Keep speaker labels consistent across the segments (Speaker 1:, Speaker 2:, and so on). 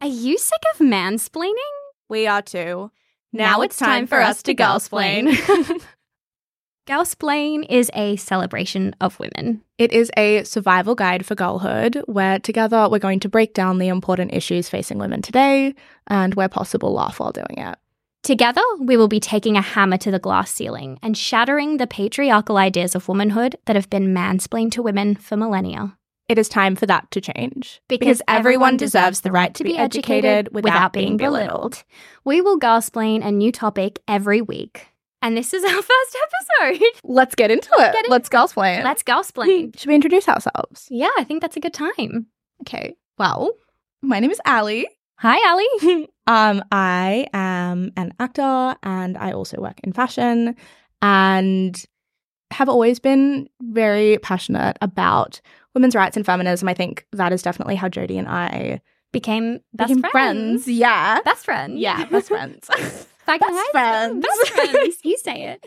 Speaker 1: Are you sick of mansplaining?
Speaker 2: We are too.
Speaker 1: Now it's time for us to girlsplain. Girlsplain is a celebration of women.
Speaker 2: It is a survival guide for girlhood where together we're going to break down the important issues facing women today and where possible laugh while doing it.
Speaker 1: Together, we will be taking a hammer to the glass ceiling and shattering the patriarchal ideas of womanhood that have been mansplained to women for millennia.
Speaker 2: It is time for that to change.
Speaker 1: Because everyone deserves the right to be educated without being belittled. We will gasplain a new topic every week. And this is our first episode.
Speaker 2: Let's get into it.
Speaker 1: Get in-
Speaker 2: Let's girlsplain.
Speaker 1: Let's gasplain.
Speaker 2: Should we introduce ourselves?
Speaker 1: Yeah, I think that's a good time.
Speaker 2: Okay.
Speaker 1: Well,
Speaker 2: My name is Allie.
Speaker 1: hi, Ali.
Speaker 2: Um, I am an actor and I also work in fashion and have always been very passionate about women's rights and feminism. I think that is definitely how Jodie and I
Speaker 1: Became best
Speaker 2: became
Speaker 1: friends.
Speaker 2: Yeah.
Speaker 1: Best friend.
Speaker 2: Yeah, best friends.
Speaker 1: Back in high
Speaker 2: Best
Speaker 1: school.
Speaker 2: friends.
Speaker 1: Best friends. You say it.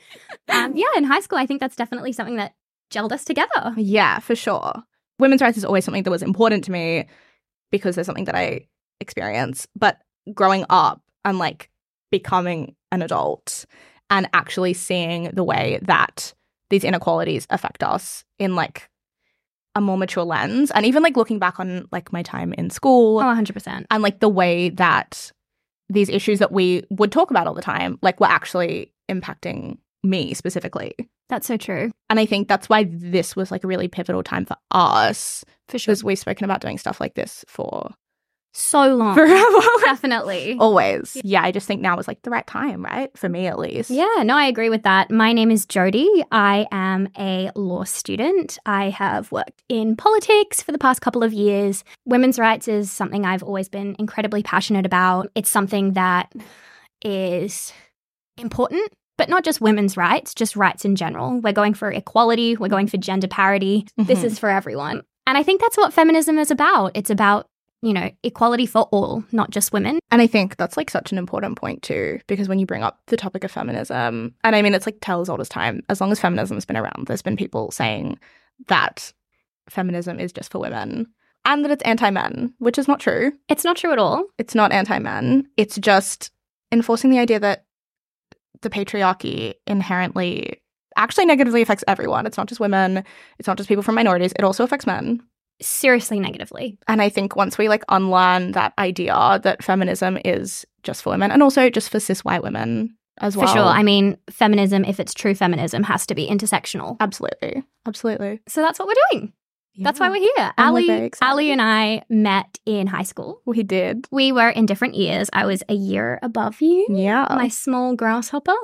Speaker 1: Um, yeah, in high school, I think that's definitely something that gelled us together.
Speaker 2: yeah, for sure. Women's rights is always something that was important to me because there's something that I experience. But growing up and like becoming an adult and actually seeing the way that these inequalities affect us in like a more mature lens and even like looking back on like my time in school
Speaker 1: Oh, 100%.
Speaker 2: and like the way that these issues that we would talk about all the time like were actually impacting me specifically
Speaker 1: That's so true.
Speaker 2: and i think that's why this was like a really pivotal time for us
Speaker 1: For sure.
Speaker 2: because we've spoken about doing stuff like this for
Speaker 1: So long.
Speaker 2: forever
Speaker 1: Definitely.
Speaker 2: always yeah i just think now is like the right time right for me at least
Speaker 1: Yeah, no, I agree with that. My name is Jody. I am a law student. I have worked in politics for the past couple of years. Women's rights is something I've always been incredibly passionate about. It's something that is important, but not just women's rights, just rights in general. We're going for equality, we're going for gender parity. This
Speaker 2: Mhm.
Speaker 1: is for everyone. And I think that's what feminism is about. It's about, you know, equality for all, not just women.
Speaker 2: and i think that's like such an important point too because when you bring up the topic of feminism and i mean it's like tell as old as time as long as feminism's been around there's been people saying that feminism is just for women and that it's anti-men which is not true
Speaker 1: It's not true at all.
Speaker 2: it's not anti-men it's just enforcing the idea that the patriarchy inherently actually negatively affects everyone it's not just women it's not just people from minorities it also affects men
Speaker 1: Seriously, negatively.
Speaker 2: and i think once we like unlearn that idea that feminism is just for women and also just for cis white women as well
Speaker 1: For sure. I mean, feminism, if it's true feminism, has to be intersectional.
Speaker 2: absolutely absolutely
Speaker 1: So that's what we're doing. That's why we're here.
Speaker 2: And we're
Speaker 1: Ali,
Speaker 2: very excited.
Speaker 1: Ali and I met in high school.
Speaker 2: we did
Speaker 1: We were in different years. I was a year above you,
Speaker 2: yeah
Speaker 1: my small grasshopper.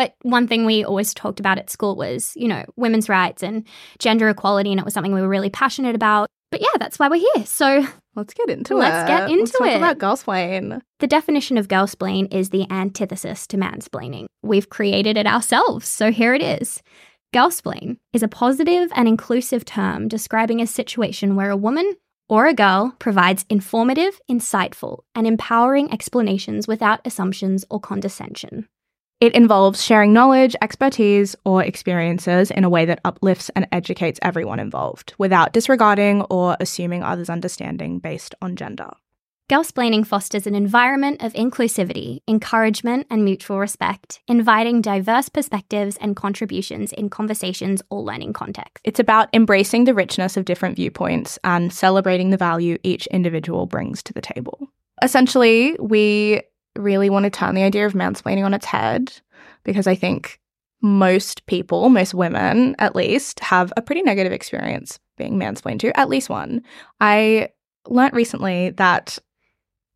Speaker 1: but one thing we always talked about at school was, you know, women's rights and gender equality. And it was something we were really passionate about. But yeah, that's why we're here. So
Speaker 2: let's get into
Speaker 1: Let's
Speaker 2: it
Speaker 1: get into
Speaker 2: talk
Speaker 1: it.
Speaker 2: about girlsplain
Speaker 1: The definition of girlsplain is the antithesis to mansplaining. We've created it ourselves, so here it is. Girlsplain is a positive and inclusive term describing a situation where a woman or a girl provides informative, insightful, and empowering explanations without assumptions or condescension.
Speaker 2: It involves sharing knowledge, expertise, or experiences in a way that uplifts and educates everyone involved without disregarding or assuming others' understanding based on gender.
Speaker 1: Girlsplaining fosters an environment of inclusivity, encouragement, and mutual respect, inviting diverse perspectives and contributions in conversations or learning contexts.
Speaker 2: It's about embracing the richness of different viewpoints and celebrating the value each individual brings to the table. Essentially, we really want to turn the idea of mansplaining on its head because I think most people, most women at least, have a pretty negative experience being mansplained to, at least one. I learnt recently that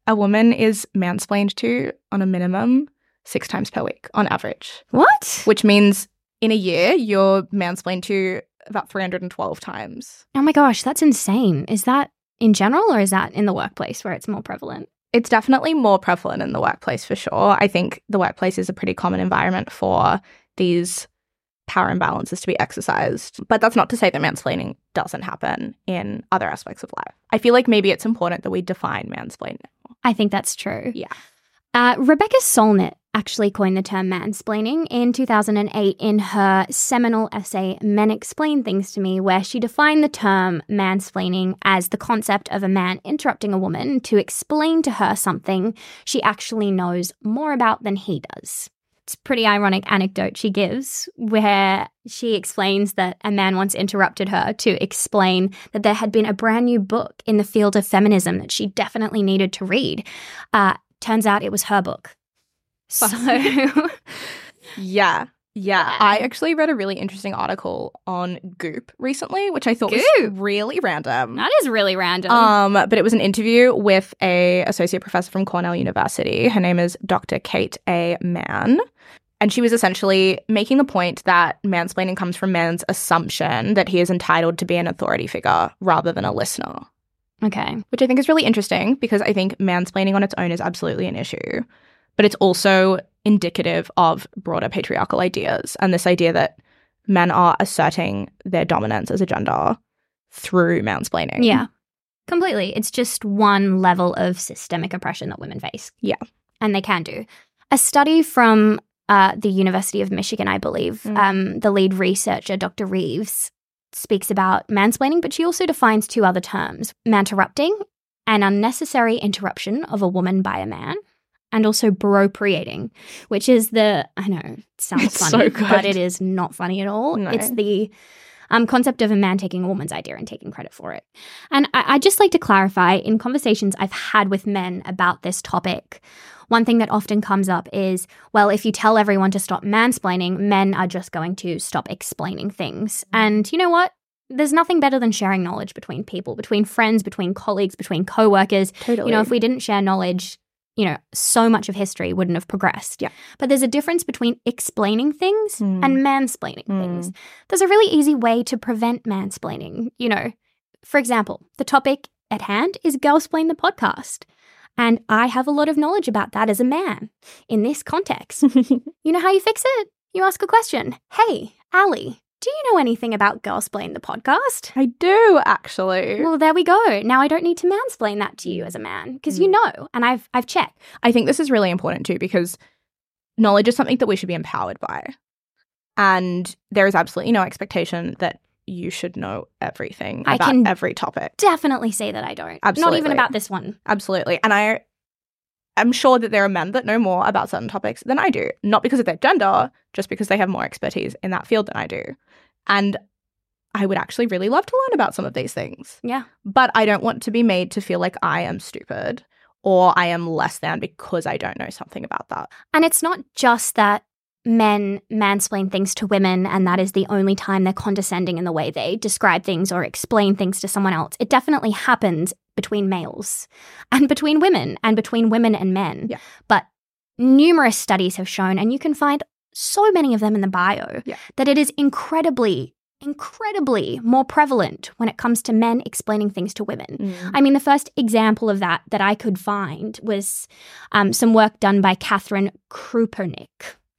Speaker 2: a woman is mansplained to on a minimum six times per week on average
Speaker 1: What?
Speaker 2: which means in a year you're mansplained to about 312 times.
Speaker 1: Oh my gosh, that's insane. Is that in general or is that in the workplace where it's more prevalent?
Speaker 2: It's definitely more prevalent in the workplace for sure. I think the workplace is a pretty common environment for these power imbalances to be exercised. But that's not to say that mansplaining doesn't happen in other aspects of life. I feel like maybe it's important that we define mansplaining.
Speaker 1: I think that's true.
Speaker 2: Yeah.
Speaker 1: Uh, Rebecca Solnit actually coined the term mansplaining in 2008 in her seminal essay, Men Explain Things to Me, where she defined the term mansplaining as the concept of a man interrupting a woman to explain to her something she actually knows more about than he does. It's a pretty ironic anecdote she gives, where she explains that a man once interrupted her to explain that there had been a brand new book in the field of feminism that she definitely needed to read. Uh, turns out it was her book. So,
Speaker 2: Yeah. Yeah. I actually read a really interesting article on Goop recently, which I thought was
Speaker 1: Goop?
Speaker 2: really random.
Speaker 1: that is really random.
Speaker 2: Um, but it was an interview with a associate professor from Cornell University. Her name is Dr. Kate A. Mann. And she was essentially making the point that mansplaining comes from man's assumption that he is entitled to be an authority figure rather than a listener,
Speaker 1: okay.
Speaker 2: which I think is really interesting because I think mansplaining on its own is absolutely an issue. But it's also indicative of broader patriarchal ideas and this idea that men are asserting their dominance as a gender through mansplaining.
Speaker 1: Yeah. Completely. It's just one level of systemic oppression that women face.
Speaker 2: Yeah.
Speaker 1: And they can do. A study from uh, the University of Michigan, I believe,
Speaker 2: Mm.
Speaker 1: um, the lead researcher, Dr. Reeves, speaks about mansplaining, but she also defines two other terms manterrupting, an unnecessary interruption of a woman by a man. And also bropriating, which is the I know it sounds
Speaker 2: It's so
Speaker 1: funny,
Speaker 2: good.
Speaker 1: but it is not funny at all.
Speaker 2: No.
Speaker 1: It's the um, concept of a man taking a woman's idea and taking credit for it. And I, I just like to clarify in conversations I've had with men about this topic, one thing that often comes up is well, if you tell everyone to stop mansplaining, men are just going to stop explaining things. And you know what? There's nothing better than sharing knowledge between people, between friends, between colleagues, between coworkers.
Speaker 2: Totally.
Speaker 1: You know, if we didn't share knowledge, you know, so much of history wouldn't have progressed.
Speaker 2: Yeah.
Speaker 1: But there's a difference between explaining things
Speaker 2: Mm.
Speaker 1: and mansplaining
Speaker 2: Mm.
Speaker 1: things. There's a really easy way to prevent mansplaining. You know, for example, the topic at hand is Girlsplain the podcast. And I have a lot of knowledge about that as a man in this context. you know how you fix it? You ask a question. Hey, Ali, do you know anything about Girlsplain the podcast?
Speaker 2: I do actually.
Speaker 1: Well, there we go. Now I don't need to mansplain that to you as a man because you
Speaker 2: Mm.
Speaker 1: know, and I've I've checked.
Speaker 2: I think this is really important too because knowledge is something that we should be empowered by. And there is absolutely no expectation that you should know everything
Speaker 1: I
Speaker 2: about
Speaker 1: can-
Speaker 2: every topic.
Speaker 1: Definitely say that I don't. Not even
Speaker 2: Absolutely.
Speaker 1: about this one.
Speaker 2: Absolutely. And I I'm sure that there are men that know more about certain topics than I do, not because of their gender, just because they have more expertise in that field than I do. And I would actually really love to learn about some of these things.
Speaker 1: Yeah.
Speaker 2: But I don't want to be made to feel like I am stupid or I am less than because I don't know something about that.
Speaker 1: And it's not just that men mansplain things to women and that is the only time they're condescending in the way they describe things or explain things to someone else. It definitely happens between males and between women and between women and men.
Speaker 2: Yeah.
Speaker 1: But numerous studies have shown, and you can find so many of them in the bio,
Speaker 2: Yeah.
Speaker 1: that it is incredibly, incredibly more prevalent when it comes to men explaining things to women. I mean, the first example of that that I could find was um, some work done by Catherine Krupernick.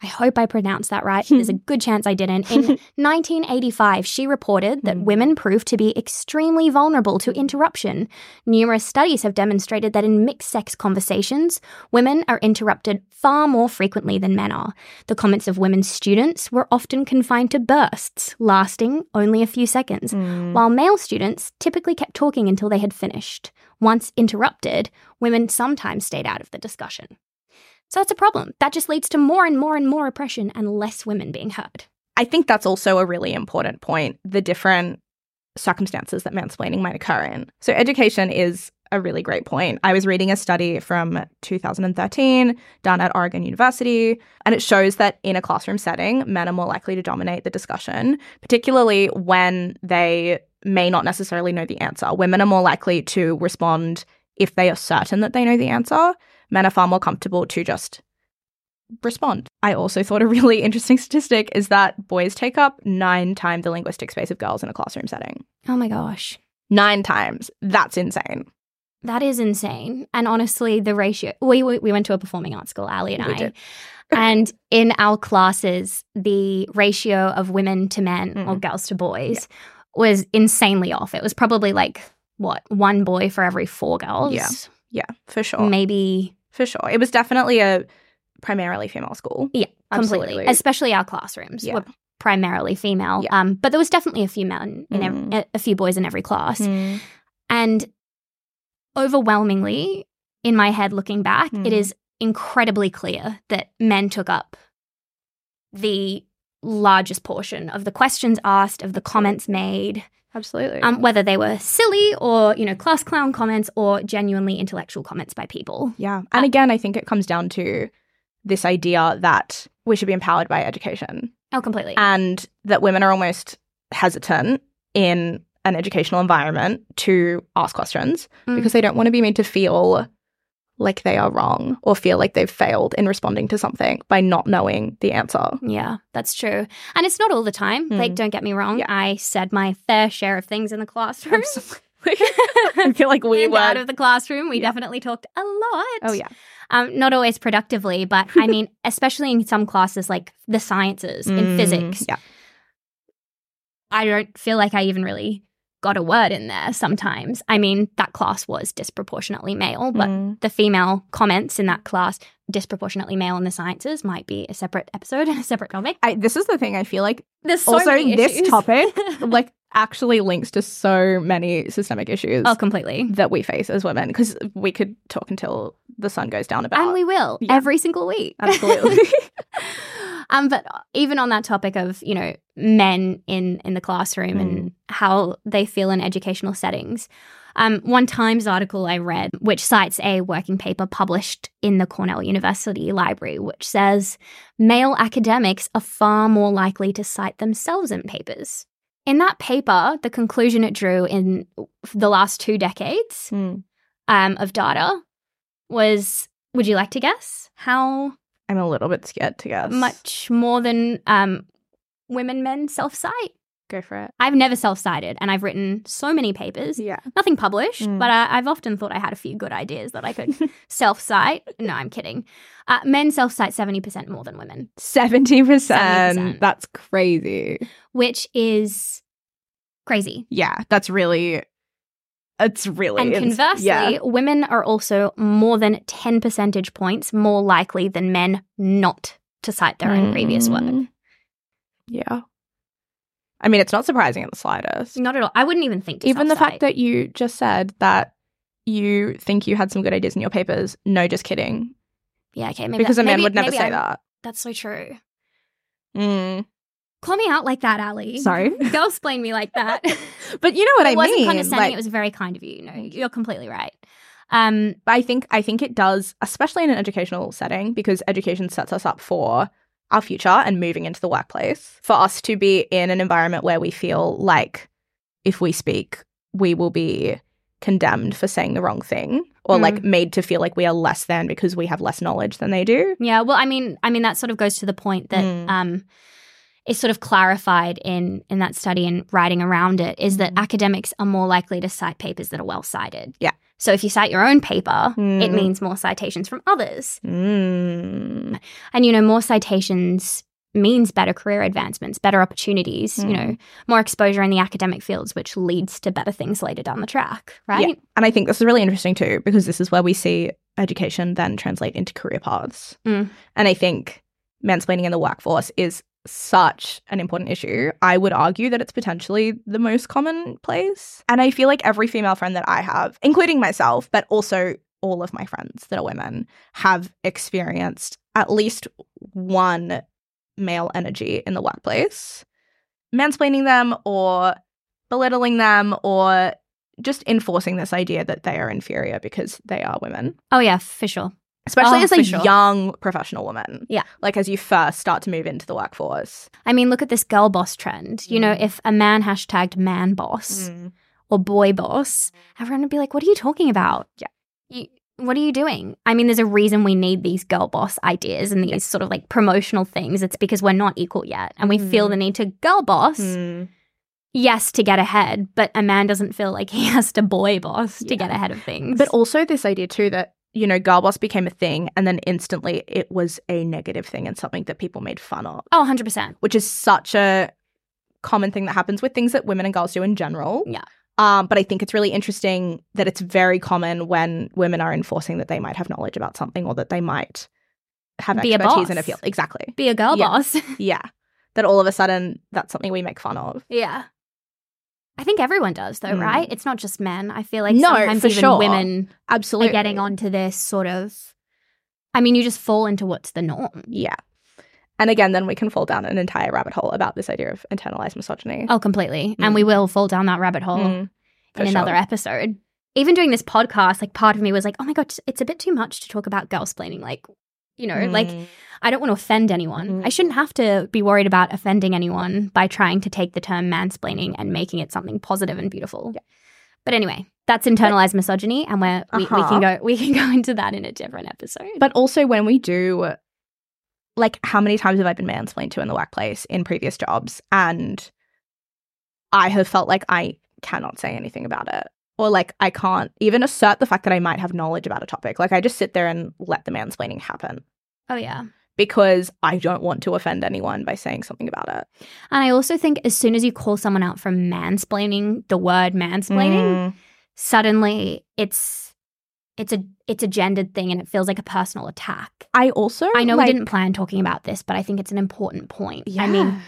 Speaker 1: I hope I pronounced that right. There's a good chance I didn't. In 1985, she reported that
Speaker 2: Hmm.
Speaker 1: women prove to be extremely vulnerable to interruption. Numerous studies have demonstrated that in mixed sex conversations, women are interrupted far more frequently than men are. The comments of women students were often confined to bursts, lasting only a few seconds
Speaker 2: Mm.
Speaker 1: while male students typically kept talking until they had finished. Once interrupted, women sometimes stayed out of the discussion. So that's a problem. That just leads to more and more and more oppression and less women being heard.
Speaker 2: I think that's also a really important point the different circumstances that mansplaining might occur in. So, education is a really great point. I was reading a study from 2013 done at Oregon University, and it shows that in a classroom setting, men are more likely to dominate the discussion, particularly when they may not necessarily know the answer. Women are more likely to respond if they are certain that they know the answer. Men are far more comfortable to just respond. I also thought a really interesting statistic is that boys take up nine times the linguistic space of girls in a classroom setting.
Speaker 1: Oh my gosh.
Speaker 2: Nine times. That's insane.
Speaker 1: That is insane. And honestly, the ratio we, we, we went to a performing arts school, Ali and
Speaker 2: We
Speaker 1: I.
Speaker 2: did.
Speaker 1: and in our classes, the ratio of women to men or
Speaker 2: Mm.
Speaker 1: girls to boys was insanely off. It was probably like, what, one boy for every four girls? Oh.
Speaker 2: Yeah. Yeah, for sure.
Speaker 1: Maybe
Speaker 2: For sure. It was definitely a primarily female school.
Speaker 1: Yeah, completely.
Speaker 2: Absolutely.
Speaker 1: Especially our classrooms
Speaker 2: Yeah.
Speaker 1: were primarily female.
Speaker 2: Yeah.
Speaker 1: Um, but there was definitely a few men in ev-
Speaker 2: Mm.
Speaker 1: a, a few boys in every class,
Speaker 2: Mm-hmm. Hmm.
Speaker 1: and overwhelmingly, in my head, looking back, it
Speaker 2: Mm.
Speaker 1: is incredibly clear that men took up the largest portion of the questions asked, of the comments made,
Speaker 2: Absolutely.
Speaker 1: um, whether they were silly or you know class clown comments or genuinely intellectual comments by people.
Speaker 2: yeah. And again, I think it comes down to this idea that we should be empowered by education
Speaker 1: Oh, completely.
Speaker 2: and that women are almost hesitant in an educational environment to ask questions
Speaker 1: Mm.
Speaker 2: because they don't want to be made to feel like they are wrong or feel like they've failed in responding to something by not knowing the answer.
Speaker 1: Yeah, that's true. And it's not all the time. Like,
Speaker 2: Mm.
Speaker 1: don't get me wrong.
Speaker 2: Yeah.
Speaker 1: I said my fair share of things in the classroom.
Speaker 2: I feel like we
Speaker 1: and
Speaker 2: were.
Speaker 1: out of the classroom, we
Speaker 2: Yeah.
Speaker 1: definitely talked a lot.
Speaker 2: oh, yeah.
Speaker 1: Um, not always productively, but I mean, especially in some classes like the sciences, in
Speaker 2: Mm,
Speaker 1: physics,
Speaker 2: Yeah.
Speaker 1: I don't feel like I even really got a word in there sometimes. I mean, that class was disproportionately male, but
Speaker 2: Mm.
Speaker 1: the female comments in that class, disproportionately male in the sciences, might be a separate episode and a separate topic.
Speaker 2: I, this is the thing I feel like
Speaker 1: There's so
Speaker 2: also
Speaker 1: many
Speaker 2: this
Speaker 1: issues.
Speaker 2: topic like actually links to so many systemic issues
Speaker 1: Oh, completely.
Speaker 2: that we face as women because we could talk until the sun goes down about
Speaker 1: And we will
Speaker 2: Yeah.
Speaker 1: every single week.
Speaker 2: absolutely
Speaker 1: um, but even on that topic of, you know, men in, in the classroom and how they feel in educational settings, um, one Times article I read, which cites a working paper published in the Cornell University Library, which says male academics are far more likely to cite themselves in papers. In that paper, the conclusion it drew in the last two decades
Speaker 2: Mm.
Speaker 1: um, of data was would you like to guess how
Speaker 2: i'm a little bit scared to guess
Speaker 1: much more than um, women men self-cite
Speaker 2: go for it
Speaker 1: i've never self-cited and i've written so many papers
Speaker 2: yeah
Speaker 1: nothing published
Speaker 2: Mm.
Speaker 1: but I, i've often thought i had a few good ideas that i could self-cite no i'm kidding uh, men self-cite 70% more than women
Speaker 2: 70%,
Speaker 1: 70%.
Speaker 2: that's crazy
Speaker 1: which is crazy
Speaker 2: yeah that's really it's really
Speaker 1: and
Speaker 2: it's-
Speaker 1: conversely,
Speaker 2: yeah
Speaker 1: women are also more than 10 percentage points more likely than men not to cite their own previous work.
Speaker 2: Mm. yeah i mean it's not surprising in the slightest
Speaker 1: Not at all. I wouldn't even think to
Speaker 2: even the fact
Speaker 1: self-cite.
Speaker 2: that you just said that you think you had some good ideas in your papers no just kidding
Speaker 1: yeah, okay, maybe
Speaker 2: because
Speaker 1: that-
Speaker 2: a man
Speaker 1: maybe-
Speaker 2: would never
Speaker 1: maybe
Speaker 2: say
Speaker 1: I'm-
Speaker 2: that
Speaker 1: That's so true.
Speaker 2: mm.
Speaker 1: Call me out like that, Ali.
Speaker 2: Sorry.
Speaker 1: Don't explain me like that. it
Speaker 2: but you know what i
Speaker 1: wasn't
Speaker 2: mean
Speaker 1: condescending.
Speaker 2: Like,
Speaker 1: it was very kind of you. No, you're completely right. Um,
Speaker 2: i think i think it does especially in an educational setting because education sets us up for our future and moving into the workplace for us to be in an environment where we feel like if we speak we will be condemned for saying the wrong thing or
Speaker 1: Mm.
Speaker 2: like made to feel like we are less than because we have less knowledge than they do
Speaker 1: yeah. Well, I mean, I mean that sort of goes to the point that
Speaker 2: Mm.
Speaker 1: um, is sort of clarified in in that study and writing around it is that
Speaker 2: Mhm.
Speaker 1: academics are more likely to cite papers that are well cited.
Speaker 2: Yeah.
Speaker 1: So if you cite your own paper, it
Speaker 2: Mm.
Speaker 1: means more citations from others.
Speaker 2: Mm.
Speaker 1: And, you know, more citations means better career advancements, better opportunities, you
Speaker 2: Mm.
Speaker 1: know, more exposure in the academic fields, which leads to better things later down the track, right?
Speaker 2: And I think this is really interesting too, because this is where we see education then translate into career paths.
Speaker 1: Mm.
Speaker 2: And I think mansplaining in the workforce is such an important issue. I would argue that it's potentially the most commonplace. And I feel like every female friend that I have, including myself, but also all of my friends that are women, have experienced at least one male energy in the workplace, mansplaining them or belittling them or just enforcing this idea that they are inferior because they are women,
Speaker 1: Oh, yeah, for sure.
Speaker 2: especially
Speaker 1: Oh,
Speaker 2: as a
Speaker 1: for sure.
Speaker 2: young professional woman.
Speaker 1: Yeah.
Speaker 2: Like as you first start to move into the workforce.
Speaker 1: I mean, look at this girl boss trend. You know,
Speaker 2: Mm.
Speaker 1: if a man hashtagged man boss or boy boss, everyone would be like, what are you talking about?
Speaker 2: Yeah.
Speaker 1: You, what are you doing? I mean, there's a reason we need these girl boss ideas and these sort of like promotional things. It's because we're not equal yet. And we feel
Speaker 2: Mm.
Speaker 1: the need to girl boss.
Speaker 2: Mm.
Speaker 1: yes to get ahead, but a man doesn't feel like he has to boy boss to
Speaker 2: Yeah.
Speaker 1: get ahead of things.
Speaker 2: But also this idea too that, you know, girl boss became a thing and then instantly it was a negative thing and something that people made fun of,
Speaker 1: oh, 100%.
Speaker 2: which is such a common thing that happens with things that women and girls do in general.
Speaker 1: Yeah.
Speaker 2: Um, but I think it's really interesting that it's very common when women are enforcing that they might have knowledge about something or that they might have
Speaker 1: Be a
Speaker 2: expertise in
Speaker 1: boss.
Speaker 2: a field. Exactly.
Speaker 1: Be a girl
Speaker 2: Yeah.
Speaker 1: boss.
Speaker 2: Yeah. That all of a sudden that's something we make fun of.
Speaker 1: yeah. I think everyone does, though,
Speaker 2: Mm.
Speaker 1: right? It's not just men. I feel like
Speaker 2: No,
Speaker 1: sometimes
Speaker 2: for
Speaker 1: even
Speaker 2: sure. uh,
Speaker 1: women
Speaker 2: Absolutely.
Speaker 1: are getting onto this sort of. I mean, you just fall into what's the norm.
Speaker 2: Yeah. And again, then we can fall down an entire rabbit hole about this idea of internalized misogyny.
Speaker 1: Oh, completely.
Speaker 2: Mm.
Speaker 1: And we will fall down that rabbit hole
Speaker 2: Mm, for
Speaker 1: Oh. in another
Speaker 2: sure.
Speaker 1: episode. Even doing this podcast, like part of me was like, oh my God, it's a bit too much to talk about girlsplaining. Like, you know, like
Speaker 2: Mm.
Speaker 1: I don't want to offend anyone.
Speaker 2: Mhm.
Speaker 1: I shouldn't have to be worried about offending anyone by trying to take the term mansplaining and making it something positive and beautiful.
Speaker 2: Yeah.
Speaker 1: But anyway, that's internalized misogyny, and we're, we, we
Speaker 2: Uh-huh.
Speaker 1: can go we can go into that in a different episode.
Speaker 2: But also when we do, like, how many times have I been mansplained to in the workplace in previous jobs? And I have felt like I cannot say anything about it. Or like I can't even assert the fact that I might have knowledge about a topic. Like I just sit there and let the mansplaining happen
Speaker 1: oh yeah, and
Speaker 2: because I don't want to offend anyone by saying something about it.
Speaker 1: I also think as soon as you call someone out for mansplaining, the word
Speaker 2: Mm.
Speaker 1: mansplaining, suddenly it's it's a it's a gendered thing, and it feels like a personal attack.
Speaker 2: I also
Speaker 1: I know
Speaker 2: like,
Speaker 1: we didn't plan talking about this, but I think it's an important point. I mean,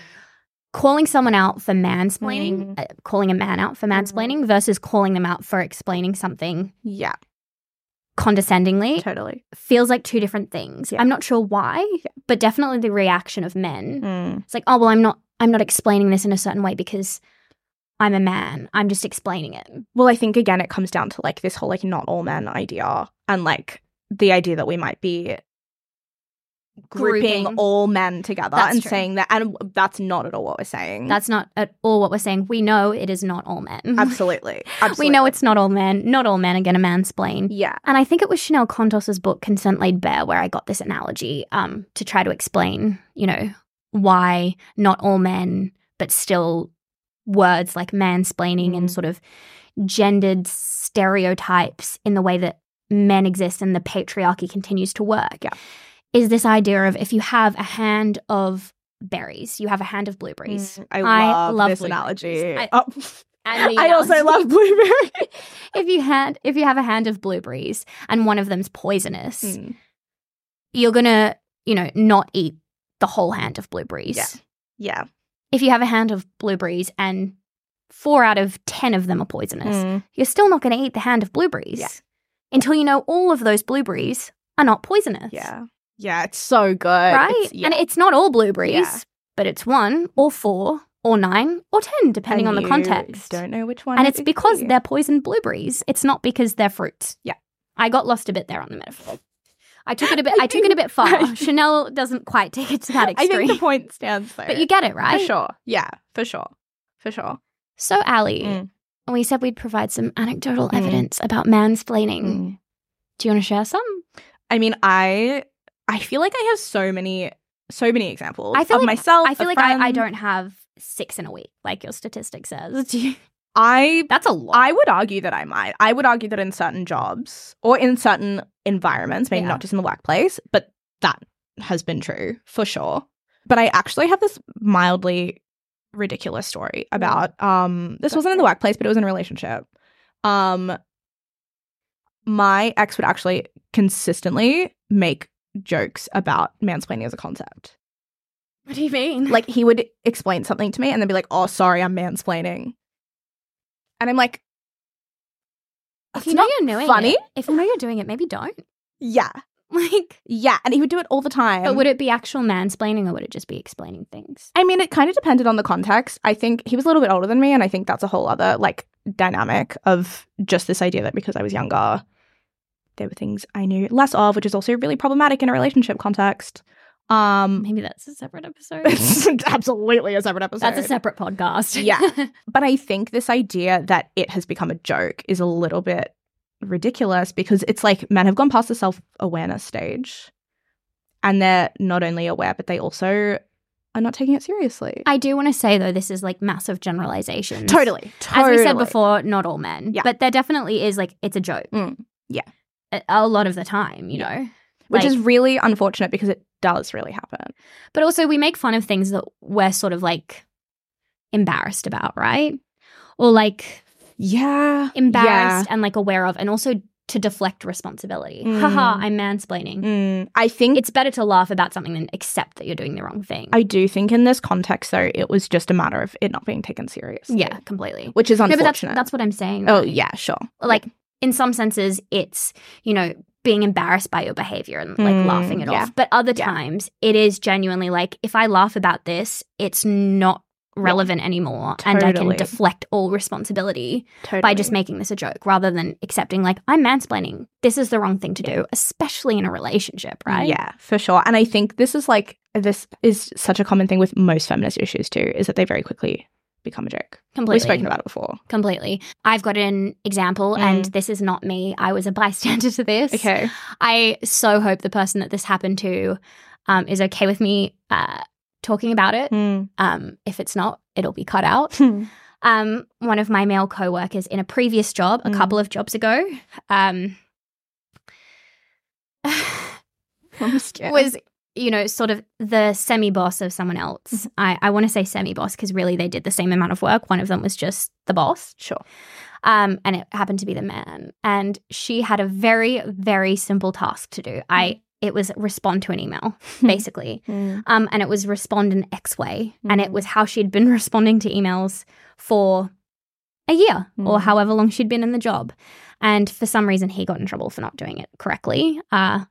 Speaker 1: calling someone out for mansplaining,
Speaker 2: Mm. Mm-hmm.
Speaker 1: uh, calling a man out for mansplaining versus calling them out for explaining something
Speaker 2: yeah,
Speaker 1: condescendingly
Speaker 2: totally.
Speaker 1: feels like two different things.
Speaker 2: Yeah.
Speaker 1: I'm not sure why, but definitely the reaction of men.
Speaker 2: Mm.
Speaker 1: It's like, "Oh, well, I'm not I'm not explaining this in a certain way because I'm a man. I'm just explaining it."
Speaker 2: Well, I think again, it comes down to like this whole like not all men idea and like the idea that we might be grouping,
Speaker 1: Grouping.
Speaker 2: all men together
Speaker 1: That's
Speaker 2: and
Speaker 1: true.
Speaker 2: saying that, and that's not at all what we're saying.
Speaker 1: That's not at all what we're saying. We know it is not all men.
Speaker 2: absolutely, absolutely.
Speaker 1: We know it's not all men. Not all men are going to mansplain.
Speaker 2: yeah,
Speaker 1: And I think it was Chanel Contos's book Consent Laid Bare where I got this analogy um, to try to explain, you know, why not all men, but still words like mansplaining and
Speaker 2: Mhm.
Speaker 1: sort of gendered stereotypes in the way that men exist and the patriarchy continues to work.
Speaker 2: Yeah.
Speaker 1: Is this idea of if you have a hand of berries, you have a hand of blueberries.
Speaker 2: Mm, I,
Speaker 1: I
Speaker 2: love,
Speaker 1: love
Speaker 2: this
Speaker 1: blueberries.
Speaker 2: analogy.
Speaker 1: I-
Speaker 2: Oh.
Speaker 1: And the
Speaker 2: I also
Speaker 1: analogy-
Speaker 2: love blueberries.
Speaker 1: if you had if you have a hand of blueberries and one of them's poisonous,
Speaker 2: Mm,
Speaker 1: you're gonna, you know, not eat the whole hand of blueberries.
Speaker 2: Yeah. yeah,
Speaker 1: If you have a hand of blueberries and four out of 10 of them are poisonous, you're still not gonna eat the hand of blueberries
Speaker 2: Mm. Yeah.
Speaker 1: until you know all of those blueberries are not poisonous.
Speaker 2: yeah, yeah. It's so good,
Speaker 1: Right?
Speaker 2: It's- yeah.
Speaker 1: And it's not all blueberries,
Speaker 2: Yeah.
Speaker 1: but it's one or four or nine or 10, depending on
Speaker 2: And
Speaker 1: the
Speaker 2: you
Speaker 1: context.
Speaker 2: Don't know which one,
Speaker 1: And
Speaker 2: it
Speaker 1: it's
Speaker 2: would
Speaker 1: because
Speaker 2: be.
Speaker 1: they're poisoned blueberries. It's not because they're fruits.
Speaker 2: Yeah.
Speaker 1: I got lost a bit there on the metaphor. I took it a bit
Speaker 2: I
Speaker 1: I took it a bit far.
Speaker 2: think-
Speaker 1: Chanel doesn't quite take it to that
Speaker 2: I
Speaker 1: extreme.
Speaker 2: think the point stands though.
Speaker 1: But you get it, right?
Speaker 2: For sure. Yeah, for sure. For sure.
Speaker 1: So, Ali,
Speaker 2: Mm.
Speaker 1: we said we'd provide some anecdotal
Speaker 2: Mm.
Speaker 1: evidence about mansplaining. Do you want to share some?
Speaker 2: I mean, I I feel like I have so many so many examples
Speaker 1: I feel
Speaker 2: of
Speaker 1: like-
Speaker 2: myself.
Speaker 1: I feel
Speaker 2: of
Speaker 1: like I, I
Speaker 2: friends.
Speaker 1: don't have six in a week, like your statistic says. Do you-
Speaker 2: I
Speaker 1: That's a lot.
Speaker 2: I would argue that I might. I would argue that in certain jobs or in certain environments, maybe
Speaker 1: Yeah.
Speaker 2: not just in the workplace, but that has been true for sure. But I actually have this mildly ridiculous story about um this wasn't in the workplace, but it was in a relationship. Um my ex would actually consistently make jokes about mansplaining as a concept
Speaker 1: what do you mean?
Speaker 2: like he would explain something to me and then be like, "Oh, sorry, I'm mansplaining," and I'm like,
Speaker 1: if
Speaker 2: "That's
Speaker 1: you know
Speaker 2: not
Speaker 1: you're doing
Speaker 2: funny."
Speaker 1: it, if you know you're doing it, maybe don't.
Speaker 2: Yeah,
Speaker 1: Like,
Speaker 2: yeah, and he would do it all the time.
Speaker 1: but would it be actual mansplaining or would it just be explaining things?
Speaker 2: I mean, it kind of depended on the context. I think he was a little bit older than me, and I think that's a whole other like dynamic of just this idea that because I was younger, there were things I knew less of, which is also really problematic in a relationship context. Um,
Speaker 1: Maybe that's a separate episode.
Speaker 2: it's absolutely a separate episode.
Speaker 1: that's a separate podcast.
Speaker 2: Yeah. But I think this idea that it has become a joke is a little bit ridiculous because it's like men have gone past the self awareness stage and they're not only aware, but they also are not taking it seriously.
Speaker 1: I do want to say though, this is like massive generalization.
Speaker 2: totally,
Speaker 1: As
Speaker 2: totally.
Speaker 1: we said before, not all men.
Speaker 2: Yeah.
Speaker 1: But there definitely is like it's a joke.
Speaker 2: Mm. Yeah.
Speaker 1: A, a lot of the time, you know.
Speaker 2: which is
Speaker 1: like-
Speaker 2: really unfortunate because it does really happen.
Speaker 1: But also we make fun of things that we're sort of like embarrassed about, right? Or like
Speaker 2: Yeah.
Speaker 1: embarrassed and like aware of and also to deflect responsibility.
Speaker 2: Mm.
Speaker 1: Haha, I'm mansplaining.
Speaker 2: Mm, I think
Speaker 1: It's better to laugh about something than accept that you're doing the wrong thing.
Speaker 2: I do think in this context, though, it was just a matter of it not being taken seriously.
Speaker 1: yeah, completely.
Speaker 2: Which is
Speaker 1: No, but that's
Speaker 2: unfortunate.
Speaker 1: that's what I'm saying.
Speaker 2: oh, yeah, sure.
Speaker 1: Like in some senses, it's you know being embarrassed by your behavior and like
Speaker 2: Mm,
Speaker 1: laughing it
Speaker 2: yeah.
Speaker 1: off. But other
Speaker 2: Yeah.
Speaker 1: times, it is genuinely like if I laugh about this, it's not relevant anymore, and I
Speaker 2: Totally.
Speaker 1: can deflect all responsibility.
Speaker 2: Totally.
Speaker 1: by just making this a joke rather than accepting like I'm mansplaining. This is the wrong thing to do, especially in a relationship, right?
Speaker 2: Yeah, for sure. And I think this is like, this is such a common thing with most feminist issues, too, is that they very quickly become a joke.
Speaker 1: completely.
Speaker 2: We've spoken about it before.
Speaker 1: completely. I've got an example,
Speaker 2: Mm.
Speaker 1: and this is not me. I was a bystander to this.
Speaker 2: Okay.
Speaker 1: I so hope the person that this happened to um, is okay with me uh, talking about it.
Speaker 2: Hmm.
Speaker 1: Um, if it's not, it'll be cut out. um, one of my male coworkers in a previous job, a
Speaker 2: Mm.
Speaker 1: couple of jobs ago, um,
Speaker 2: I'm scared.
Speaker 1: was you know sort of the semi boss of someone else. I, I want to say semi boss because really they did the same amount of work. One of them was just the boss,
Speaker 2: sure.
Speaker 1: um, and it happened to be the man. And she had a very very simple task to do. I it was respond to an email basically,
Speaker 2: Hmm.
Speaker 1: um, and it was respond in X way, and it
Speaker 2: Mhm.
Speaker 1: was how she'd been responding to emails for a year or
Speaker 2: Mhm.
Speaker 1: however long she'd been in the job. And for some reason, he got in trouble for not doing it correctly. Uh,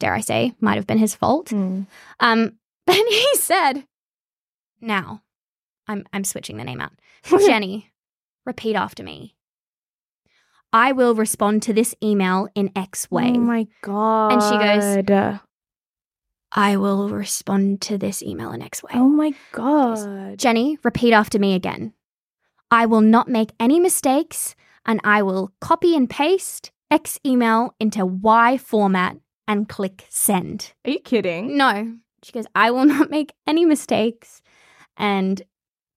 Speaker 1: dare I say, might have been his fault.
Speaker 2: Mm.
Speaker 1: Um, and he said, "Now, I'm I'm switching the name out. Jenny, repeat after me. I will respond to this email in X way.
Speaker 2: Oh my God.
Speaker 1: And she goes,
Speaker 2: goes,
Speaker 1: I will respond to this email in X way.
Speaker 2: Oh my God.
Speaker 1: Jenny, repeat after me again. I will not make any mistakes, and I will copy and paste X email into Y format and click send."
Speaker 2: Are you kidding?
Speaker 1: No. She goes, I will not make any mistakes and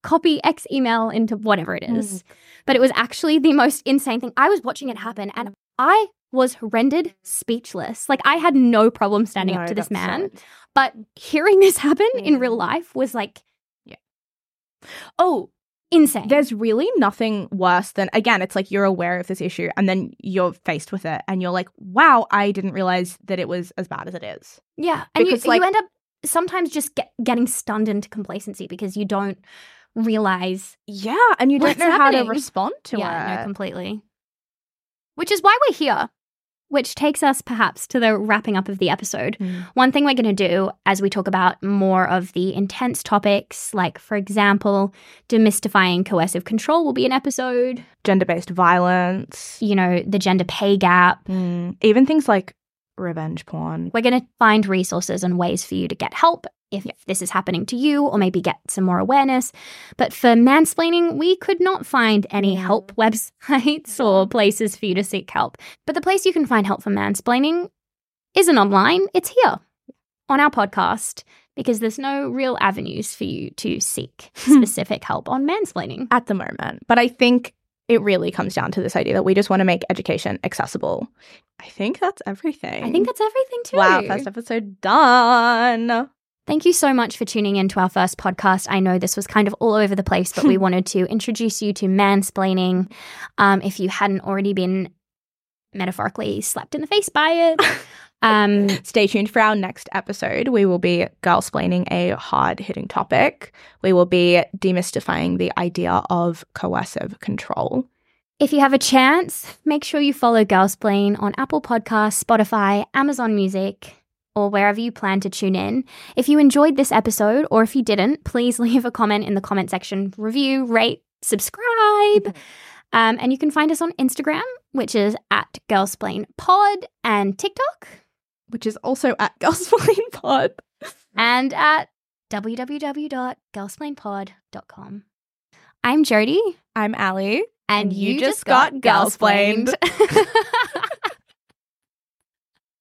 Speaker 1: copy X email into whatever it
Speaker 2: Hmm.
Speaker 1: is. But it was actually the most insane thing. I was watching it happen and I was rendered speechless. Like I had no problem standing
Speaker 2: No,
Speaker 1: up to this
Speaker 2: that's
Speaker 1: man,
Speaker 2: sad.
Speaker 1: but hearing this happen in
Speaker 2: Mm.
Speaker 1: real life was like
Speaker 2: Oh,
Speaker 1: insane.
Speaker 2: There's really nothing worse than, again, it's like you're aware of this issue and then you're faced with it and you're like, wow, I didn't realize that it was as bad as it is.
Speaker 1: yeah. And you,
Speaker 2: because, like-
Speaker 1: you end up sometimes just get, getting stunned into complacency because you don't realize
Speaker 2: Yeah. And you
Speaker 1: don't know how to
Speaker 2: respond to
Speaker 1: yeah, no, completely. Which is why we're here. Which takes us perhaps to the wrapping up of the episode.
Speaker 2: mm.
Speaker 1: One thing we're going to do as we talk about more of the intense topics, like, for example, demystifying coercive control will be an episode,
Speaker 2: Gender based violence,
Speaker 1: you know, the gender pay gap.
Speaker 2: mm, even things like revenge porn.
Speaker 1: We're going to find resources and ways for you to get help if this is happening to you, or maybe get some more awareness. But for mansplaining, we could not find any
Speaker 2: Yeah.
Speaker 1: help websites or places for you to seek help. But the place you can find help for mansplaining isn't online, it's here on our podcast because there's no real avenues for you to seek
Speaker 2: Hmm.
Speaker 1: specific help on mansplaining.
Speaker 2: at the moment. But I think it really comes down to this idea that we just want to make education accessible. I think that's everything.
Speaker 1: I think that's everything too.
Speaker 2: Wow, first episode done.
Speaker 1: Thank you so much for tuning in to our first podcast. I know this was kind of all over the place, but we wanted to introduce you to mansplaining. Um, if you hadn't already been metaphorically slapped in the face by it, um,
Speaker 2: Stay tuned for our next episode. We will be girlsplaining a hard hitting topic. We will be demystifying the idea of coercive control.
Speaker 1: if you have a chance, make sure you follow Girlsplain on Apple Podcasts, Spotify, Amazon Music. Or wherever you plan to tune in. If you enjoyed this episode, or if you didn't, please leave a comment in the comment section, review, rate, subscribe.
Speaker 2: Mm-hmm.
Speaker 1: Um, and you can find us on Instagram, which is at Girlsplain Pod, and TikTok,
Speaker 2: Which is also at Girlsplain Pod.
Speaker 1: and at www.girlsplainpod.com. I'm Jody,
Speaker 2: I'm Allie.
Speaker 1: and,
Speaker 2: And you just got girlsplained.
Speaker 1: girlsplained.